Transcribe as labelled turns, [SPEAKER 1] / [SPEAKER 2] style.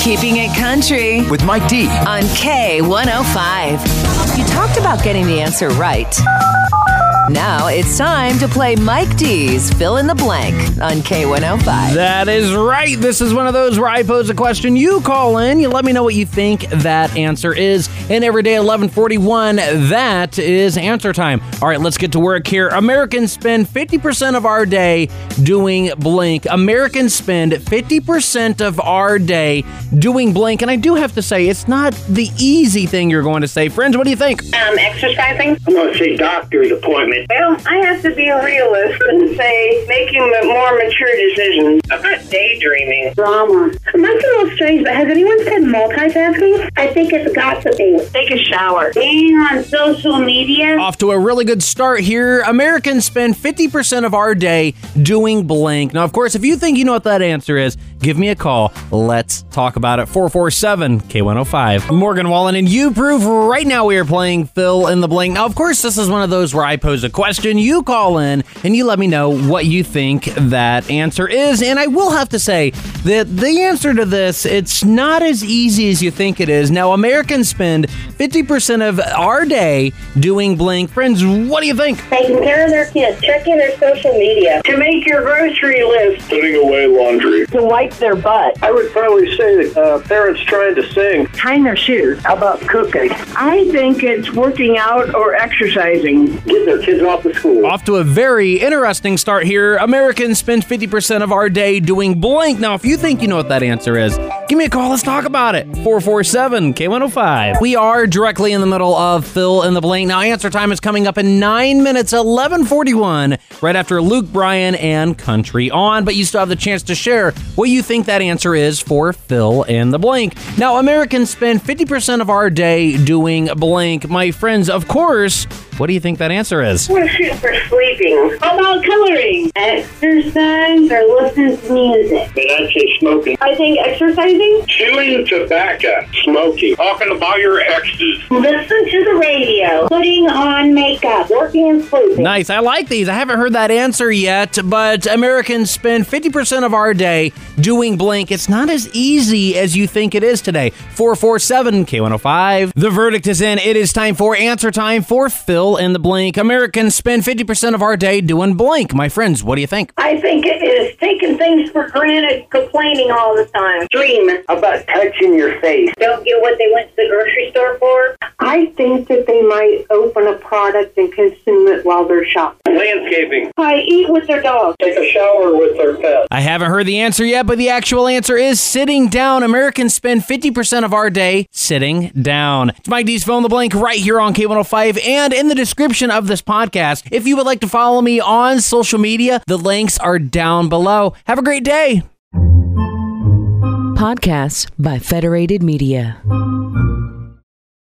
[SPEAKER 1] Keeping It Country
[SPEAKER 2] with Mike D.
[SPEAKER 1] on K105. You talked about getting the answer right. Now it's time to play Mike D's Fill in the Blank on K105.
[SPEAKER 3] That is right. This is one of those where I pose a question, you call in, you let me know what you think that answer is. And every day 11:41, that is answer time. All right, let's get to work here. Americans spend 50% of our day doing blank. Americans spend 50% of our day doing blank. And I do have to say, it's not the easy thing you're going to say. Friends, what do you think?
[SPEAKER 4] Um, exercising?
[SPEAKER 5] I'm going to say doctor's appointment.
[SPEAKER 4] Well, I have to be a realist and say making ma- more mature decisions. I'm not daydreaming.
[SPEAKER 6] Drama. Might a little strange, but has anyone said multitasking? I think it's gossiping.
[SPEAKER 4] Take a shower.
[SPEAKER 6] Being on social media.
[SPEAKER 3] Off to a really good start here. Americans spend 50% of our day doing blank. Now, of course, if you think you know what that answer is, give me a call. Let's talk about it. 447 K105. Morgan Wallen and you prove right now we are playing fill in the blank. Now, of course, this is one of those where I pose a question, you call in, and you let me know what you think that answer is. And I will have to say that the answer to this, it's not as easy as you think it is. Now, Americans spend 50% of our day doing blank. Friends, what do you think?
[SPEAKER 6] Taking care of their kids. Checking their social media.
[SPEAKER 4] To make your grocery list.
[SPEAKER 5] Putting away laundry.
[SPEAKER 4] To wipe their butt.
[SPEAKER 5] I would probably say uh, parents trying to sing.
[SPEAKER 4] Tying their shoes. How about cooking? I think it's working out or exercising.
[SPEAKER 5] Getting their kids off to school.
[SPEAKER 3] Off to a very interesting start here. Americans spend 50% of our day doing blank. Now, if you think you know what that answer is, give me a call. Let's talk about it. 447 K105. We are directly in the middle of fill in the blank. Now, answer time is coming up in nine minutes, 1141, right after Luke Bryan and Country On. But you still have the chance to share what you think that answer is for fill in the blank. Now, Americans spend 50% of our day doing blank. My friends, of course, what do you think that answer is?
[SPEAKER 4] We're shooting for sleeping.
[SPEAKER 6] How about coloring? Exercise or listening to music.
[SPEAKER 5] And I'd say smoking.
[SPEAKER 6] I think exercising.
[SPEAKER 5] Chewing tobacco. Smoking. Talking about your exes.
[SPEAKER 6] Listen to the radio. Putting on makeup. Working and sleeping.
[SPEAKER 3] Nice. I like these. I haven't heard that answer yet, but Americans spend 50% of our day doing blank. It's not as easy as you think it is today. 447 K105. The verdict is in. It is time for answer time for fill in the blank. Americans spend 50% of our day doing blank. My friends, what do you think?
[SPEAKER 4] I think it is taking things for granted, complaining all the time. Dream.
[SPEAKER 5] How about touching your face?
[SPEAKER 4] Don't get what they went to the grocery store for.
[SPEAKER 7] I think that they might open a product and consume it while they're shopping.
[SPEAKER 5] Landscaping.
[SPEAKER 6] I eat with their dog.
[SPEAKER 5] Take a shower with their pet.
[SPEAKER 3] I haven't heard the answer yet, but the actual answer is sitting down. Americans spend 50% of our day sitting down. It's Mike D's Fill in the Blank right here on K105 and in the description of this podcast. If you would like to follow me on social media, the links are down below. Have a great day.
[SPEAKER 1] Podcasts by Federated Media.